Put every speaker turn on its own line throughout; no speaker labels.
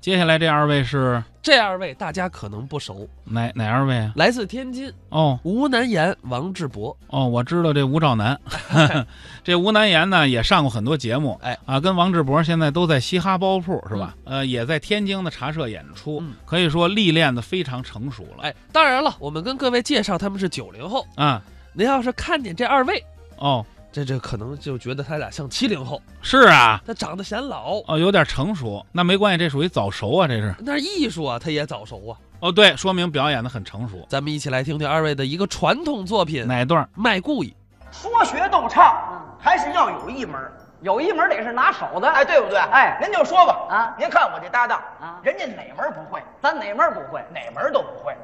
接下来这二位是
这二位大家可能不熟，
哪哪二位啊？
来自天津，
哦
吴南言、王志博。
哦，我知道这吴兆 南，这吴南言呢也上过很多节目，
哎
啊，跟王志博现在都在嘻哈包铺是吧？呃，也在天津的茶社演出，
嗯
可以说历练的非常成熟了。
哎，当然了，我们跟各位介绍他们是九零后。
啊，
您要是看见这二位，
哦，
这这可能就觉得他俩像七零后，
是啊，
他长得显老。
哦，有点成熟，那没关系，这属于早熟啊，这是。
但是艺术啊，他也早熟啊。
哦，对，说明表演的很成熟。
咱们一起来听听二位的一个传统作品《
哪段儿？
卖故意
说学逗唱，还是要有一门儿。
嗯有一门得是拿手的，
哎，对不对？
哎
您就说吧。
啊
您看我这搭档
啊
人家哪门儿不会，
咱哪门不会？
哪门儿都不会，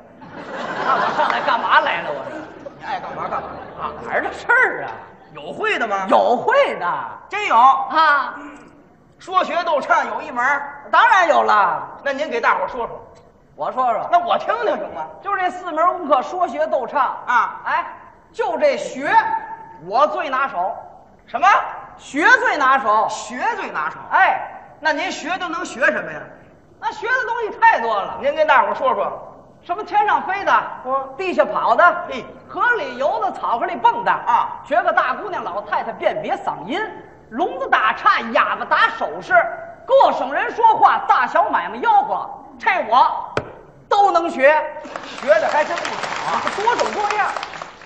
那我上来干嘛来了？我
爱干嘛干嘛啊？
这哪儿的事儿啊？
有会的吗？，
有会的
真有。
啊，
说学逗唱有一门儿，
当然有了。
那您给大伙儿说说，
我说说，
那我听听行吗？
就这四门功课，说学逗唱
啊
哎，就这学，我最拿手，
什么
学最拿手，
学最拿手？
哎，
那您学都能学什么呀？
那学的东西太多了，
您跟大伙儿说说。
什么天上飞的，
嗯
地下跑的，
嘿
河里游的，草壳里蹦的
啊
学个大姑娘老太太辨别嗓音，聋子打岔，哑巴打手势，各省人说话，大小买卖吆喝，这我都能学，
学的还真不少啊，
多种多样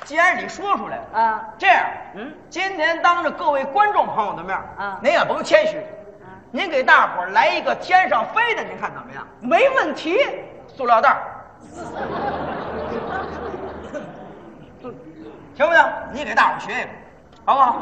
既然你说出来了，
啊。
这样，
嗯，
今天当着各位观众朋友的面儿，
啊
您也甭谦虚，您给大伙儿来一个天上飞的，您看怎么样？
没问题，
塑料袋儿，行不行？你给大伙儿学一个，好不好？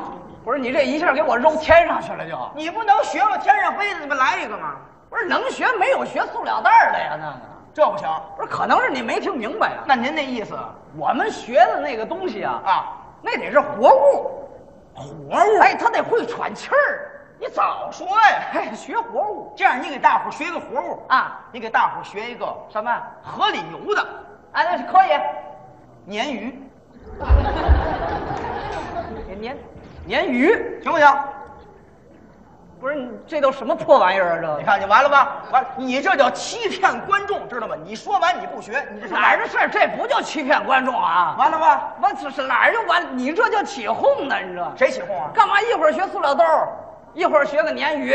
不是你这一下给我揉天上去了就，
你不能学了天上飞的，你不来一个吗？
不是能学没有学塑料袋儿的呀那个，
这不行。
不是可能是你没听明白呀、
那您那意思
我们学的那个东西啊，
啊，
那得是活物，活物，哎，他得会喘气儿，
你早说呀！
哎，学活物
这样，你给大伙儿学一个活物，
啊，
你给大伙儿学一个
什么？
河里游的
啊，那是可以，
鲶鱼，
鲶鲶鱼，
行不行？
不是你这都什么破玩意儿啊？
你
这
看，你完了吧？完了，你这叫欺骗观众，知道吗？你说完你不学，你这是
哪儿的事儿？这不叫欺骗观众啊！
完了吧？
完，这是哪儿就完？你这叫起哄呢？你这
谁起哄啊？
干嘛一会儿学塑料豆儿，一会儿学个鲶鱼？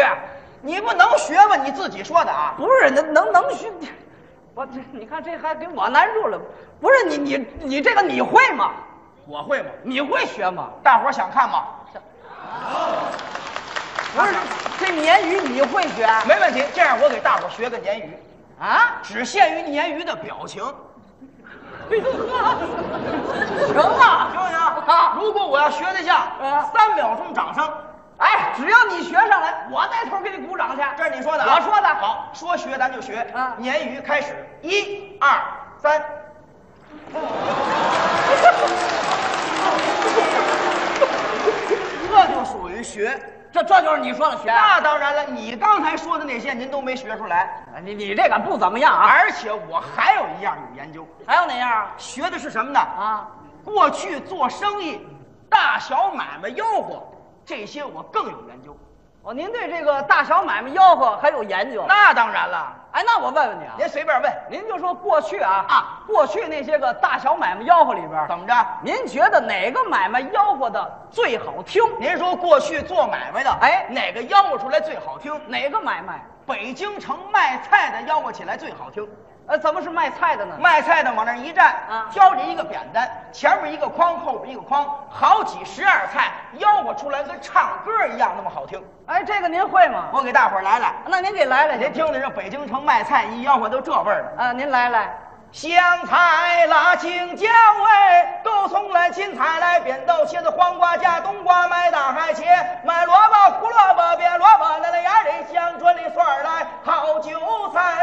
你不能学问，你自己说的啊！
不是能能能学？我这你看这还给我难住了。不是你你你这个你会吗？
我会吗？
你会学吗？
大伙儿想看吗？
不是这鲶鱼你会学
没问题，这样我给大伙儿学个鲶鱼，
啊？
只限于鲶鱼的表情，行
行啊，
不行？
啊
如果我要学得
啊
像，三秒钟掌声，
哎，只要你学上来，我带头给你鼓掌去。
这是你说的、啊，
我说的。
好，说学咱就学。
啊
鲶鱼开始，一二三，这就属于学。
这这就是你说的学。
那当然了，你刚才说的那些您都没学出来，
哎你你这个不怎么样啊？
而且我还有一样有研究，
还有哪样啊？
学的是什么呢？
啊，
过去做生意，大小买卖吆喝，这些我更有研究。
哦，您对这个大小买卖吆喝还有研究？
那当然了，
哎，那我问问你啊，
您随便问，
您就说过去啊
啊，
过去那些个大小买卖吆喝里边儿，
怎么着？
您觉得哪个买卖吆喝的最好听？
您说过去做买卖的，
哎
哪个吆喝出来最好听？
哪个买卖？
北京城卖菜的吆喝起来最好听。
呃，怎么是卖菜的呢？
卖菜的往那儿一站，
啊
挑着一个扁担，前面一个筐，后边一个筐，好几十样菜，吆喝出来跟唱歌一样那么好听。
哎，这个您会吗？
我给大伙儿来来，
那您给来来，
您听听这北京城卖菜一吆喝都这味儿的，
啊，您来来，
香菜、辣青椒哎，够葱来、芹菜来、扁豆、茄子、黄瓜、加冬瓜、买大海茄、买萝卜、胡萝卜、扁萝卜、那那芽里香椿里蒜儿来，好韭菜。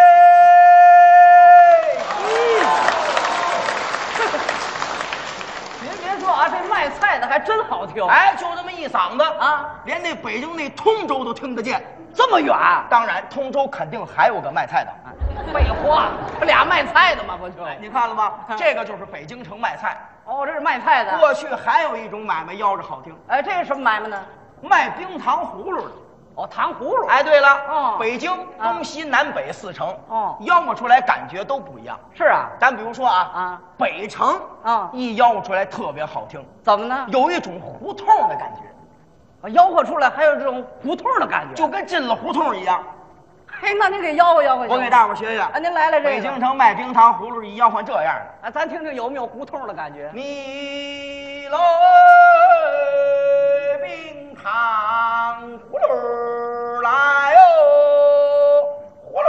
您别说啊，这卖菜的还真好听。，
哎，就这么一嗓子
啊，
连那北京那通州都听得见。
这么远，
当然，通州肯定还有个卖菜的。哎
废话，他俩卖菜的嘛，不就？
你看了 吗？
啊
这个就是北京城卖菜。
哦，这是卖菜的。
过去还有一种买卖吆着好听，
哎，这是什么买卖呢？
卖冰糖葫芦的。
哦，糖葫芦，
哎，对了
哦，
北京
啊
东西南北四城，
哦
吆喝出来感觉都不一样。
是啊，
咱比如说啊，
啊，
北城
啊
一吆喝出来特别好听，
怎么呢？
有一种胡同的感觉，
有吆喝出来，还有这种胡同的感觉。
就跟进了胡同一样。
嘿，那您给吆喝吆喝行吗，
我给大伙儿学学
哎啊，您来了这个
北京城卖冰糖葫芦一吆喝这样的。
啊，咱听听有没有胡同的感觉？
你来冰糖葫芦来哦，葫芦。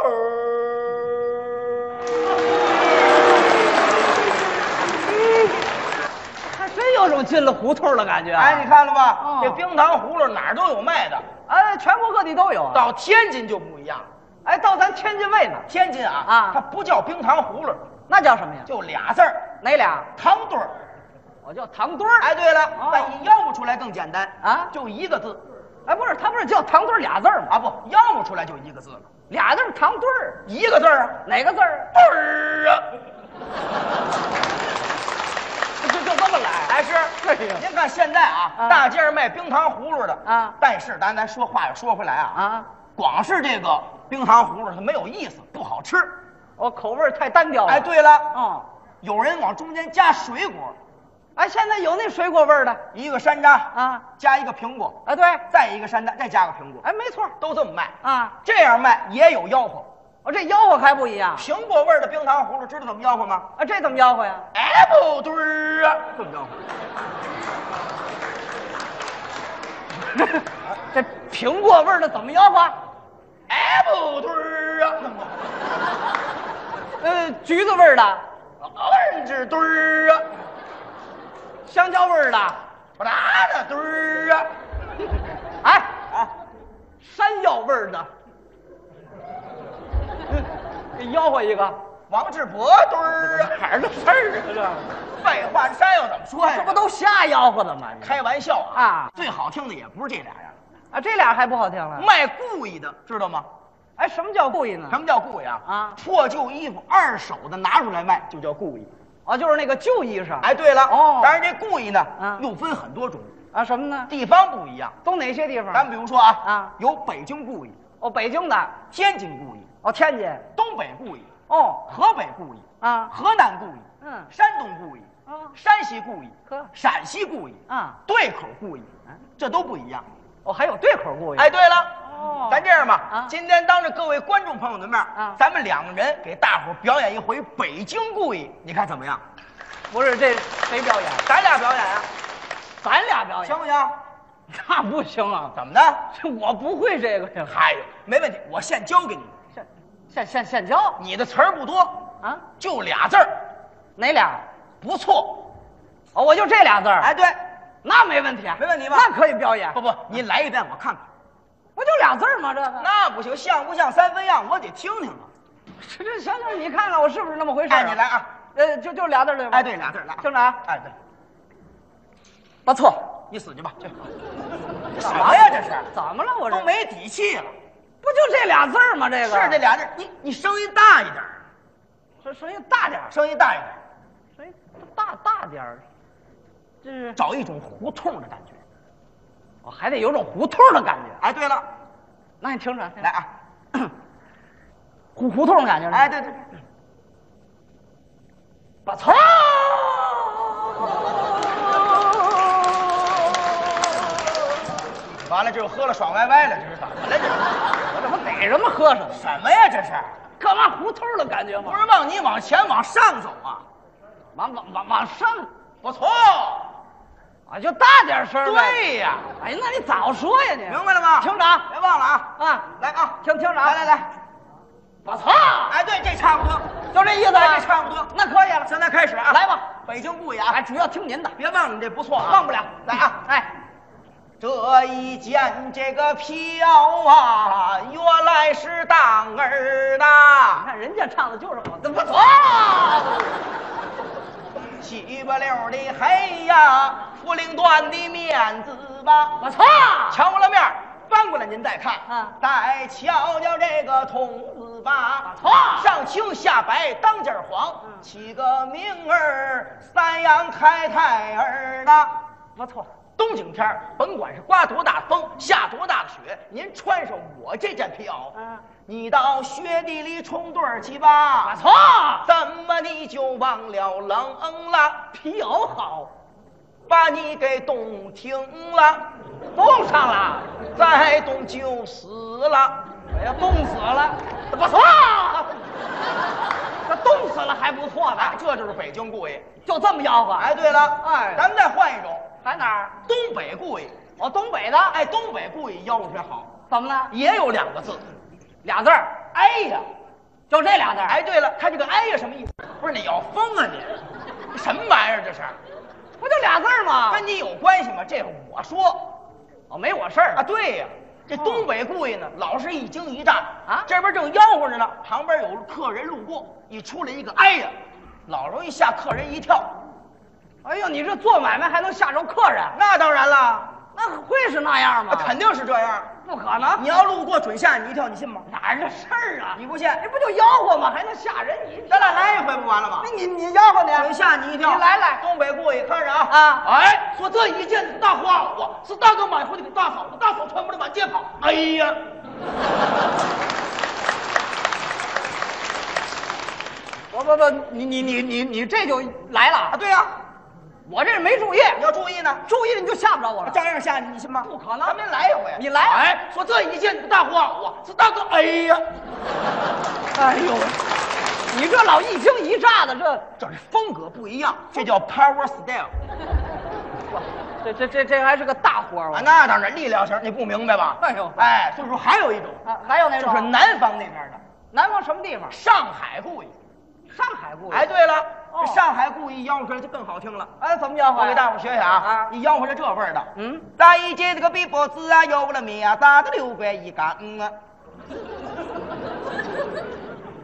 还真有种进了胡同的感觉啊！
哎，你，看了吧？
哦
这冰糖葫芦哪儿都有卖的，
哎，全国各地都有啊。
到天津就不一样。
哎，到咱天津卫呢，
天津啊，
啊
它不叫冰糖葫芦，
那叫什么呀？
就俩字儿，
哪俩？
糖墩儿。
我叫糖墩儿。
哎，对了，
哦
那你吆喝出来更简单
啊
就一个字
哎，不是，他不是叫糖墩儿俩字儿吗？
啊，不，吆喝出来就一个字了，
俩字儿糖墩儿，
一个字儿啊，
哪个字儿？
墩儿啊。
就就这么来。
哎，是，您看现在啊，
啊
大街上卖冰糖葫芦的
啊
但是咱咱说话又说回来啊，
啊，
光是这个冰糖葫芦它没有意思，不好吃。
我口味儿太单调了。
哎，，对了，
哦，
有人往中间加水果，
哎，现在有那水果味儿的
一个山楂
啊，
加一个苹果，
啊，对，
再一个山楂，再加个苹果，
哎，没错儿
都这么卖。
啊，
这样卖也有吆喝，
我这吆喝还不一样
苹果味儿的冰糖葫芦知道怎么吆喝吗？
啊，这怎么吆喝呀？
哎，不对儿啊，这么吆喝。
这苹果味儿的怎么吆喝？
哎，不对儿啊，这么吆喝
呃，橘子味儿的，
，orange 对儿啊。
香蕉味儿的，
我拿着墩儿啊，
哎啊，山药味儿的。嗯，给吆喝一个，
王志博墩儿啊，哪儿的事儿啊这？废话，山药怎么说呀？
这不都瞎吆喝的吗？
开玩笑啊！
啊
最好听的也不是这俩人，
啊，这俩还不好听了。
卖故意的，知道吗？
哎，什么叫故意呢
什？么叫故意啊？
啊
破旧衣服二手的拿出来卖就叫故意。
啊，就是那个旧衣裳。
哎，对了，
哦
当然这故意呢，
嗯
又分很多种，
啊，什么呢？
地方不一样。
都哪些地方？
咱比如说啊，
嗯啊
有北京故意、
哦，北京的，
天津故意、
哦，天津，
东北故意、
哦，
河北故意、
啊，
河南故意、
嗯，
山东故意、
啊，
山西故意、
呵，
陕西故意、
啊，嗯
对口故意，这都不一样。
哦，还有对口故意。
哎，，对了，
哦，
咱这样吧，
啊
今天当着各位观众朋友的面，
啊
咱们两个人给大伙儿表演一回北京故意，你看怎么样？
不是这谁表演？
咱俩表演啊，
咱俩表
行
演？
不行？
那不行啊，
怎么的？
这我不会这个呀。
嗨，没问题，我现教给你，
现现现 现教
你的词儿不多，
啊？
就俩字儿，
哪俩？
不错。
哦，我就这俩字儿。
哎，，对，
那没问题啊，
没问题吧
那可以表演。
不不，你来一遍我看看。
啊不就俩字儿吗？这个，
那不行，像不像三分样，我得听听啊。
这这行行，你看看我是不是那么回事儿
哎，
啊？
你来啊！
呃，就就俩字儿对吧？
哎，对，俩字儿，俩字儿
听着啊，
哎，对，
不错。
你死去吧！这什么呀？这是
怎么了？我这
都没底气了。
不就这俩字儿吗？这个
是这俩字儿，你你声音大一点儿，
这声音大点儿，
声音大一点儿，
声音大大点儿，这是
找一种胡同的感觉。
我还得有种胡同的感觉。
哎，对了，
那你听着，
来啊，
胡胡同的感觉。
哎，，对对对，
不啊错。
完了，这又喝了爽歪歪了，这是怎么了？这是
我怎么逮什么喝什么？
什么呀？这是
干嘛胡同的感觉
不
吗？
是往你往前往上走啊？
往往往往上，
不错，
啊，就大点声儿呗。
对呀，
哎，那你早说呀你！
明白了吗？
听着啊
别忘了啊，
啊，
来啊，
听听着啊，
来来来，
我操，
哎，对，这差不多，
就这意思
哎
啊，
这差不多，
那可以了。
现在开始啊，
来吧，
北京故意啊
哎，，主要听您的，
别忘了你这不错啊，
忘不了。
来啊。
哎。
这一见这个飘啊，原来是当儿
你
的，
看人家唱的就是好，这
不
不
错
错。
七八六的黑呀，福灵段的面子吧，
我错。
瞧了面儿翻过来您再看，
啊
再瞧瞧这个筒子吧，
错
上青下白当间儿黄，
嗯
起个名儿三阳开泰儿的，
我错。
冬景天儿甭管是刮多大风，下多大的雪，您穿上我这件皮袄，
嗯
你到雪地里冲盹儿去吧。
我操，
怎么你就忘了冷嗯了？
皮袄好，
把你给冻停了，
冻上了，
再冻就死了。哎
我要冻死了，不错，这冻死了还不错
哎，
呢，
这就是北京故意。
就这么吆喝，
哎，对了，
哎
咱们再换一种
还哪儿？
东北故意。
我东北的，
哎，东北故意吆喝学好，
怎么了？
也有两个字。
俩字儿，哎呀，就这俩字儿，
哎，对了，他这个哎呀什么意思？不是你要疯啊你？什么玩意儿这是？啊
不就俩字儿吗？
跟你有关系吗？这是我说
哦，没我事儿
啊，对呀、这东北故意呢，老是一惊一乍
啊
这边正吆喝着呢，旁边有客人路过，一出来一个哎呀，老容易吓客人一跳。
哎呦，你这做买卖还能吓着客人？
那当然了，
那会是那样吗？
那肯定是这样。
不可能，
你要路过准吓你一跳，你信吗？
哪儿的事儿啊？
你不信？
这不就吆喝吗？还能吓人一跳？
咱俩来一回不完了吗？
你你吆喝
准吓你一跳！
你来来
东北故意看着啊
啊
哎，说这一件大花袄啊，是大哥买回来给大嫂的，大嫂穿不得满街跑。哎呀，
不不不，你你你你你这就来
啊
了，
对呀、
我这没注意，
你要注意呢，啊
注意了你就吓不着我了。
照样吓你，你信吗？
不可能
咱们来一回，
你来啊
哎，说这一件大花袄啊，是大哥，哎呀，
哎呦，你这老一惊一乍的，这
这是风格不一样，这叫 power style
这这这这还是个大活儿
啊。
我
那当然，力量型，你不明白吧？
哎呦
哎，所以说还有一种，
啊，还有那
就是
种
南方那边的
南方什么地方？
上海故意。
上海故意。
哎，对了，
哦
这上海故意吆喝出来就更好听了。
哎，怎么吆喝呀？
我给大伙儿学学啊！
啊
你吆喝着这味儿的，
嗯，
大一姐这个比脖子啊，要不了命啊，咋的六块一杆，嗯啊，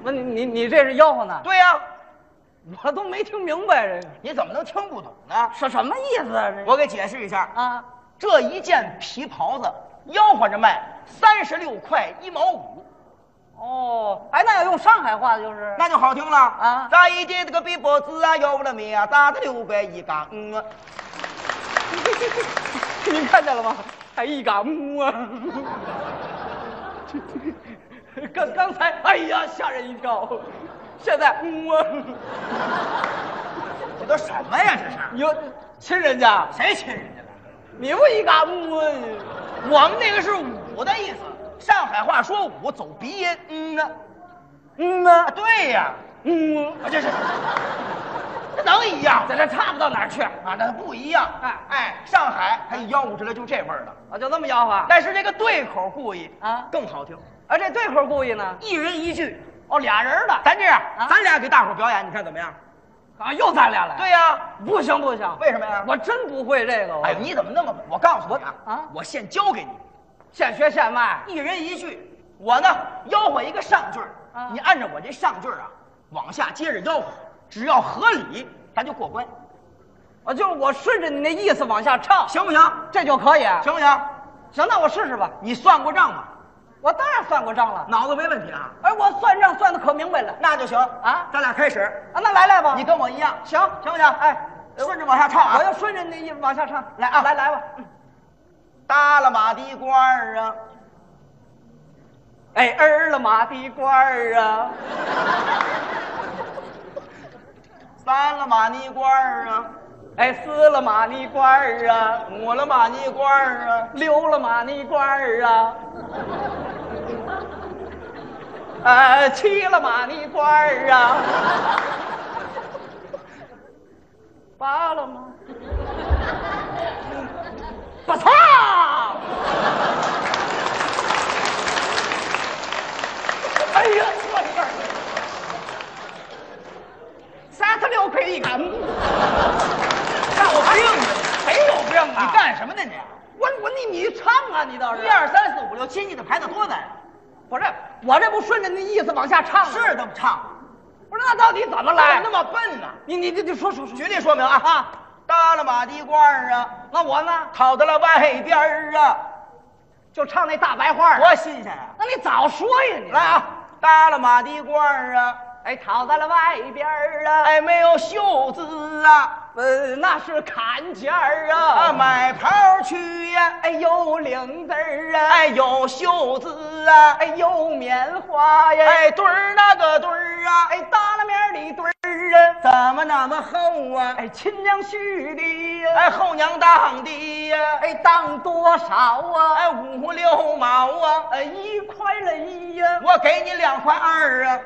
不是你你你这是吆喝呢？
对呀、
我都没听明白这个
你怎么能听不懂呢？
是什么意思啊？这
我给解释一下，
啊，
这一件皮袍子吆喝着卖三十六块一毛五，
哦，哎，那要用上海话就是
那就好听了
啊
大一姐这个比脖子啊，要不了命啊，咋的六块一杆，嗯 啊，
您看见了吗？还一嘎木啊！ 刚刚才哎呀吓人一跳，现在木啊！
这都什么呀？这是
你又亲人家，
谁亲人家了？
你不一嘎木啊？
我们那个是五的意思，上海话说五走鼻音，嗯啊，
嗯呐
啊，对呀、
嗯啊，
啊，这是，这能一样？
在这差不到哪儿去啊？
啊，那不一样。
哎
哎哎，上海它一吆喝出来就这味儿了。
啊就这么吆喝？
但是这个对口故意
啊
更好听，
啊，这对口故意呢？
一人一句。
哦，俩人的，
咱这样，
啊
咱俩给大伙儿表演，你看怎么样？
啊，又咱俩来。
对呀、
不行不行，
为什么呀？
我真不会这个。我
哎呦，你怎么那么……我告诉你啊，
我哦啊
我现教给你，
现学现卖。
一人一句。我呢，吆喝一个上句儿
啊
你按照我这上句儿啊，往下接着吆喝，只要合理，咱就过关，
啊，就是我顺着你那意思往下唱，
行不行？
这就可以。
行不行？
行，那我试试吧。
你算过账吗？
我当然算过账了，
脑子没问题啊？
哎，我算账算的可明白了
那就行
啊
咱俩开始，
啊。那来来吧，
你跟我一样，
行
行不行？哎，顺着往下唱啊！
我要顺着那意往下唱。
来啊
来来吧。嗯
搭了马蹄官儿啊，
哎，儿了马蹄官儿啊，
三了马尼官儿啊，
哎，撕了马蹄官儿啊，
五了马尼官儿啊，
溜了马蹄官儿啊，
哎，
呃七了马蹄官儿啊，八了吗？不错。
哎呀，算这儿，
三十六块一杆，
看嗯我病吧你，谁有病啊？
你
你
干
干什么呢你？
我我你你唱啊，你倒是
一二三四五六七，你得排得多难呀！
不是我这不顺着那意思往下唱吗？
是这么唱，啊
不是那到底怎么来？
怎么那么笨呢？
你你你你说说说，
举例说明啊啊，搭了马蹄官儿啊，
那我呢
跑到了外边儿啊，
就唱那大白话儿
多新鲜啊！
那你早说呀你！
来啊，耷拉马蹄罐儿啊，
哎，躺在了外边儿啊，
哎，没有袖子啊，
呃，那是坎肩儿啊，
啊，买袍儿去呀、
哎有领子儿啊，
哎，有袖子啊，
哎有棉花呀，
哎，墩儿那个墩儿啊，
哎
哎，
耷拉面儿的墩儿啊，
怎么那么厚啊？
哎亲娘婿的呀，
哎，后娘当的呀，
哎当多少啊，
哎，五六毛啊，
呃一块了一呀，
我给你两块二啊，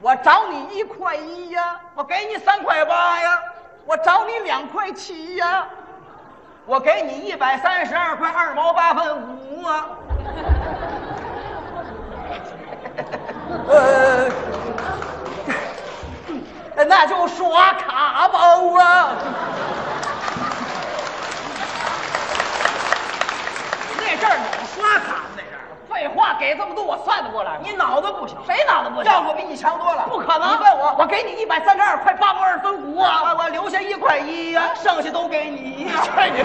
我找你一块一呀，
我给你三块八呀，
我找你两块七呀，
我给你一百三十二块二毛八分五啊，
呃，那就刷卡包啊。
那阵儿老刷卡那阵儿，
废话，给这么多我算得过来吗？
你脑子不行，
谁脑子不行？
要我比你强多了，
不可能！
你问我，
我给你一百三十二块八毛二分五啊！
我我留下一块一呀、剩下都给你呀、
你